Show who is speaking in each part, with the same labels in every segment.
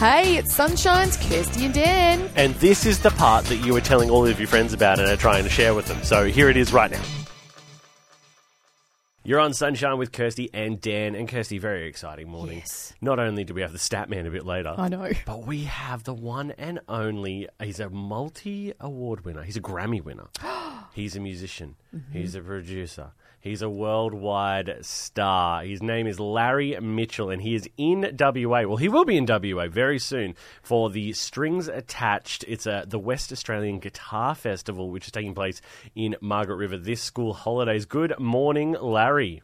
Speaker 1: Hey, it's Sunshine's Kirsty and Dan.
Speaker 2: And this is the part that you were telling all of your friends about and are trying to share with them. So here it is right now. You're on Sunshine with Kirsty and Dan. And Kirsty, very exciting morning.
Speaker 1: Yes.
Speaker 2: Not only do we have the stat man a bit later,
Speaker 1: I know.
Speaker 2: but we have the one and only. He's a multi award winner, he's a Grammy winner. he's a musician, he's a producer. He's a worldwide star. His name is Larry Mitchell, and he is in WA. Well, he will be in WA very soon for the Strings Attached. It's a, the West Australian Guitar Festival, which is taking place in Margaret River this school holidays. Good morning, Larry.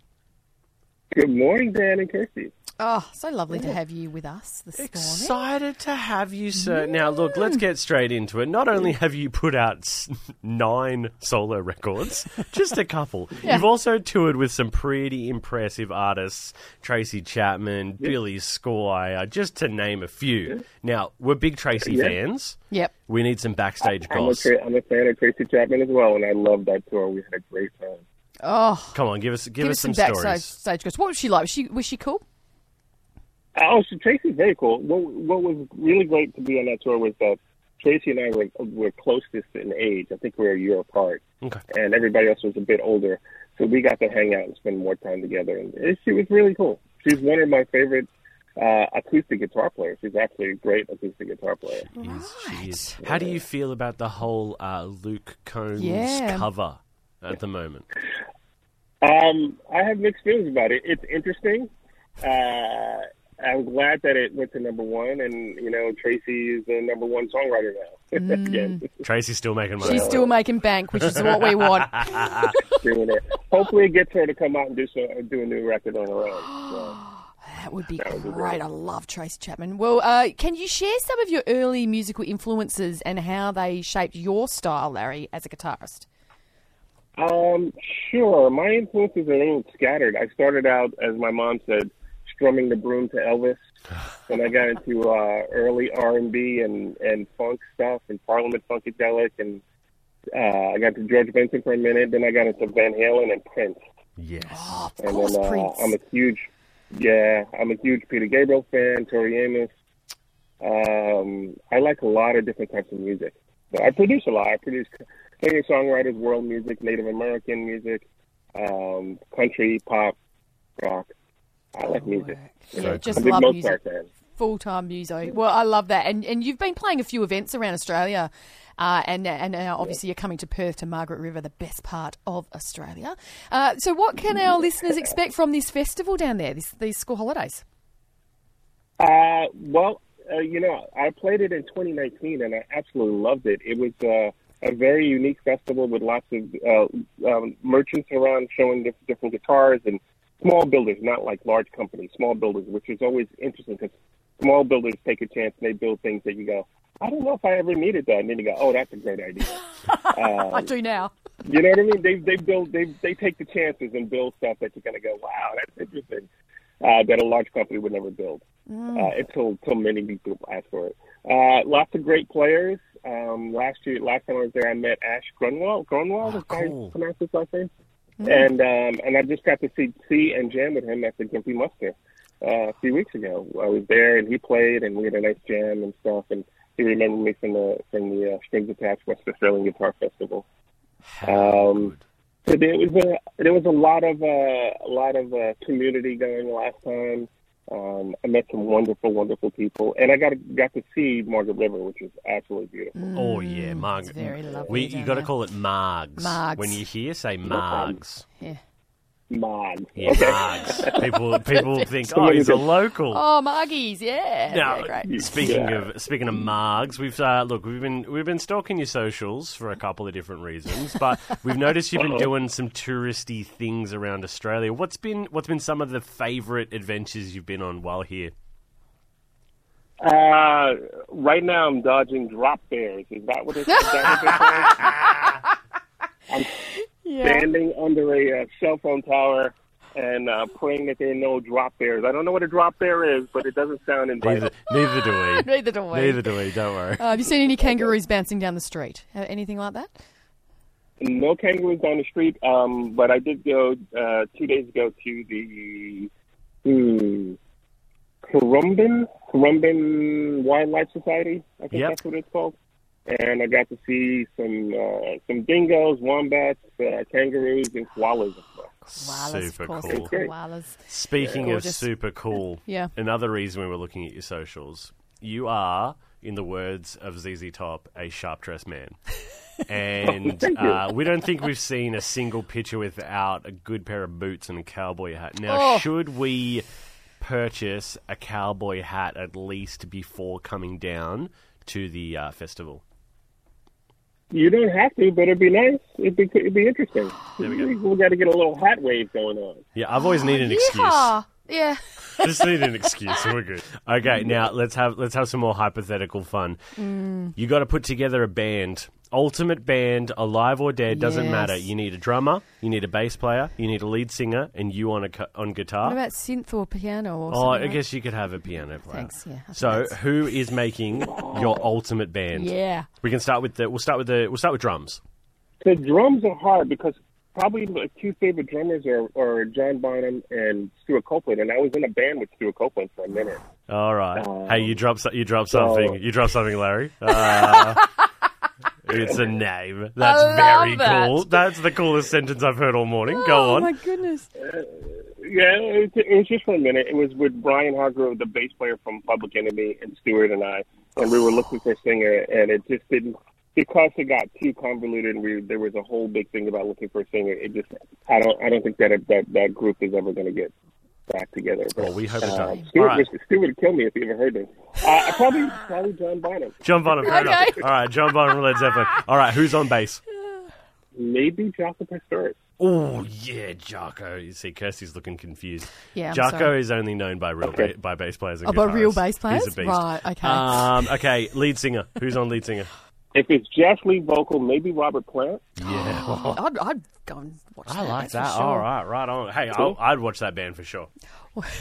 Speaker 3: Good morning, Dan and Kirsty.
Speaker 1: Oh, so lovely to have you with us this morning.
Speaker 2: Excited to have you, sir. Now, look, let's get straight into it. Not only have you put out s- nine solo records, just a couple, you've also toured with some pretty impressive artists Tracy Chapman, Billy Squire, just to name a few. Now, we're big Tracy
Speaker 3: Yeah.
Speaker 2: fans.
Speaker 1: Yep.
Speaker 2: We need some backstage
Speaker 3: I'm a,
Speaker 2: goss.
Speaker 3: cra- I'm a fan of Tracy Chapman as well, and I love that tour. We had a great time.
Speaker 1: Oh,
Speaker 2: Come on, give us give,
Speaker 1: give
Speaker 2: us
Speaker 1: us some
Speaker 2: some,
Speaker 1: backstage
Speaker 2: stories.
Speaker 1: stage goes. What was she like? Was she was she cool?
Speaker 3: Oh, so Tracy's very cool. What, what was really great to be on that tour was that Tracy and I were, were closest in age. I think we were a year apart,
Speaker 2: Okay.
Speaker 3: and everybody else was a bit older. So we got to hang out and spend more time together, and it, she was really cool. She's one of my favorite uh, acoustic guitar players. She's actually a great acoustic guitar player.
Speaker 2: Is- she is.
Speaker 3: Right.
Speaker 2: How do you feel about the whole uh, Luke Combs
Speaker 1: Yeah.
Speaker 2: cover at the moment?
Speaker 3: Um, I have mixed feelings about it. It's interesting. Uh, I'm glad that it went to number one, and you know Tracy is the number one songwriter now. Again,
Speaker 2: Tracy's still making money.
Speaker 1: She's still making bank, which is what we want.
Speaker 3: doing it. Hopefully, it gets her to come out and do so, do a new record on her own. So,
Speaker 1: That would be
Speaker 3: would be
Speaker 1: great. I love Trace Chapman. Well, uh, can you share some of your early musical influences and how they shaped your style, Larry, as a guitarist?
Speaker 3: um, sure. My influences are a little scattered. I started out, as my mom said, strumming the broom to Elvis. Then I got into uh, early R and B and and funk stuff, and Parliament Funkadelic, and uh, I got to George Benson for a minute. Then I got into Van Halen and Prince.
Speaker 2: Yes.
Speaker 1: Oh, of
Speaker 3: And
Speaker 1: course,
Speaker 3: then uh,
Speaker 1: Prince.
Speaker 3: I'm a huge, yeah, I'm a huge Peter Gabriel fan, Tori Amos. Um, I like a lot of different types of music. So I produce a lot. I produce singer songwriters, world music, Native American music, um, country, pop, rock. I like music.
Speaker 1: Yeah,
Speaker 2: So
Speaker 1: just
Speaker 3: I'm a big
Speaker 1: love music.
Speaker 3: Mozart fan.
Speaker 1: Full time muso. Well, I love that, and and you've been playing a few events around Australia, uh, and and now obviously you're coming to Perth to Margaret River, the best part of Australia. Uh, so, what can our listeners expect from this festival down there? This, these school holidays.
Speaker 3: Uh, well, uh, you know, I played it in 2019 and I absolutely loved it. It was uh, a very unique festival with lots of uh, um, merchants around showing diff- different guitars and small builders, not like large companies, small builders, which is always interesting because small builders take a chance and they build things that you go, I don't know if I ever needed that. And then you go, oh, that's a great idea.
Speaker 1: I do now.
Speaker 3: You know what I mean? They they build they they take the chances and build stuff that you're gonna go, wow, that's interesting. Uh, that a large company would never build
Speaker 2: Mm.
Speaker 3: uh, until until many people ask for it. Uh, lots of great players. Um, last year, last time I was there, I met Ash Grunwald. Grunwald,
Speaker 2: Oh,
Speaker 3: if I
Speaker 2: cool. Mm.
Speaker 3: pronounce his last name. And um, and I just got to see see and jam with him at the Gimpy Muster uh, a few weeks ago. I was there and he played and we had a nice jam and stuff. And he remembered me from the from the uh, Strings Attached West Australian Guitar Festival.
Speaker 2: How
Speaker 3: Um,
Speaker 2: good.
Speaker 3: So there was a there was a lot of uh, a lot of uh, community going last time. Um, I met some wonderful, wonderful people, and I got to, got to see Margaret River, which is absolutely beautiful.
Speaker 2: Oh yeah, Marg.
Speaker 1: Mm,
Speaker 2: mm,
Speaker 1: it's very lovely
Speaker 2: We
Speaker 1: down
Speaker 2: you got to
Speaker 1: there.
Speaker 2: call it Margs.
Speaker 1: Margs.
Speaker 2: When you hear say Margs,
Speaker 1: Yeah.
Speaker 3: Mod,
Speaker 2: yeah, Margs. People people think, oh,
Speaker 3: Somebody
Speaker 2: he's a
Speaker 3: did.
Speaker 2: local.
Speaker 1: Oh, Margies, yeah.
Speaker 2: Now,
Speaker 1: They're great.
Speaker 2: speaking
Speaker 3: Yeah.
Speaker 2: of speaking of Margs, we've uh, look we've been we've been stalking your socials for a couple of different reasons, but we've noticed you've been doing some touristy things around Australia. What's been what's been some of the favourite adventures you've been on while here?
Speaker 3: Uh, right now, I'm dodging drop bears. Is that what it's? is that what they're called?
Speaker 1: Yeah.
Speaker 3: Standing under a uh, cell phone tower and uh, praying that there are no drop bears. I don't know what a drop bear is, but it doesn't sound
Speaker 2: Neither,
Speaker 3: inviting.
Speaker 2: neither do we.
Speaker 1: Neither do we.
Speaker 2: Neither do we. Don't worry.
Speaker 1: Uh, have you seen any kangaroos bouncing down the street? Uh, Anything like that?
Speaker 3: No kangaroos down the street, um, but I did go uh, two days ago to the hmm, Currumbin Corumban Wildlife Society. I think
Speaker 2: Yep.
Speaker 3: that's what it's called. And I got to see some uh, some dingoes, wombats, uh, kangaroos, and koalas. and stuff.
Speaker 1: Koalas,
Speaker 2: Super
Speaker 1: of course,
Speaker 2: cool.
Speaker 1: the koalas.
Speaker 2: Speaking of
Speaker 1: Gorgeous.
Speaker 2: super cool,
Speaker 1: Yeah.
Speaker 2: another reason we were looking at your socials, you are, in the words of ZZ Top, a sharp dressed man. And
Speaker 3: Thank you.
Speaker 2: uh, we don't think we've seen a single picture without a good pair of boots and a cowboy hat. Now,
Speaker 1: Oh.
Speaker 2: should we purchase a cowboy hat at least before coming down to the uh, festival?
Speaker 3: You don't have to, but it'd be nice. It'd be it'd be interesting.
Speaker 2: There we go.
Speaker 3: got to get a little hat wave going on.
Speaker 2: Yeah, I've always needed an excuse.
Speaker 1: Yeehaw. Yeah.
Speaker 2: just need an excuse. We're good. Mm. Okay, now let's have let's have some more hypothetical fun.
Speaker 1: Mm.
Speaker 2: You got to put together a band. Ultimate band, alive or dead, doesn't
Speaker 1: Yes.
Speaker 2: matter. You need a drummer, you need a bass player, you need a lead singer, and you on a cu- on guitar.
Speaker 1: What about synth or piano or
Speaker 2: oh,
Speaker 1: something?
Speaker 2: I
Speaker 1: like-
Speaker 2: guess you could have a piano player.
Speaker 1: Thanks, yeah, I think
Speaker 2: So,
Speaker 1: that's-
Speaker 2: who is making your ultimate band?
Speaker 1: Yeah.
Speaker 2: We can start with the. We'll start with the. We'll start with drums.
Speaker 3: The drums are hard because probably my two favorite drummers are, are John Bonham and Stuart Copeland, and I was in a band with Stuart Copeland for a minute.
Speaker 2: All right. hey, you drop so- you drop
Speaker 3: so-
Speaker 2: something. You drop something, Larry. Uh, it's a name. That's
Speaker 1: love
Speaker 2: very
Speaker 1: that.
Speaker 2: cool. That's the coolest sentence I've heard all morning.
Speaker 1: oh,
Speaker 2: Go on.
Speaker 1: my goodness.
Speaker 3: Yeah, it, it was just for a minute. It was with Brian Hargrove, the bass player from Public Enemy, and Stuart and I, and we were looking for a singer, and it just didn't because it got too convoluted. And we there was a whole big thing about looking for a singer. It just I don't I don't think that that that group is ever going to get back together.
Speaker 2: Well, we hope it
Speaker 3: Uh,
Speaker 2: does. All
Speaker 3: Stuart,
Speaker 2: right.
Speaker 3: was- Stuart would kill me if he ever heard this. Uh, probably probably John Bonham.
Speaker 2: John Bonham. Fair enough.
Speaker 1: Okay.
Speaker 2: All right, John Bonham from Led Zeppelin. All right, who's on bass?
Speaker 3: Maybe Jocelyn Pastoris.
Speaker 2: Oh yeah, Jarko. You see, Kirsty's looking confused.
Speaker 1: Yeah, I'm
Speaker 2: Jarko
Speaker 1: sorry.
Speaker 2: is only known by real ba- by bass players. And
Speaker 1: Oh, by real
Speaker 2: guitarists.
Speaker 1: bass players?
Speaker 2: He's a beast.
Speaker 1: Right, okay.
Speaker 2: Um, okay, lead singer. Who's on lead singer?
Speaker 3: If it's just lead vocal, maybe Robert Plant.
Speaker 2: Yeah.
Speaker 1: I'd, I'd go and watch that.
Speaker 2: I like
Speaker 1: that's
Speaker 2: that.
Speaker 1: For sure.
Speaker 2: All right, right on. Hey, I'll, I'd watch that band for sure.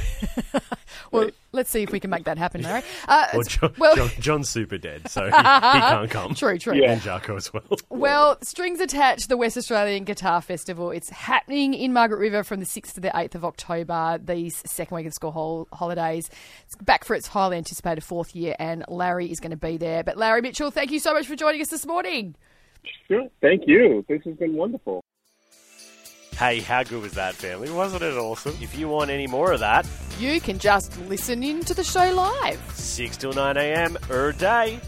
Speaker 1: Well, let's see if we can make that happen, Larry. Uh,
Speaker 2: Well,
Speaker 1: it's-
Speaker 2: John,
Speaker 1: well,
Speaker 2: John, John's super dead, so he, he can't come.
Speaker 1: true, true.
Speaker 3: Yeah.
Speaker 2: And Jarko as well.
Speaker 1: Well, strings attached, the West Australian Guitar Festival. It's happening in Margaret River from the 6th to the 8th of October, these second week of school hol- holidays. It's back for its highly anticipated fourth year, and Larry is going to be there. But Larry Mitchell, thank you so much for joining us this morning.
Speaker 3: Sure. Thank you. This has been wonderful.
Speaker 2: Hey, how good was that, family? Wasn't it awesome? If you want any more of that,
Speaker 1: You can just listen in to the show live.
Speaker 2: 6 till 9 a.m. er day.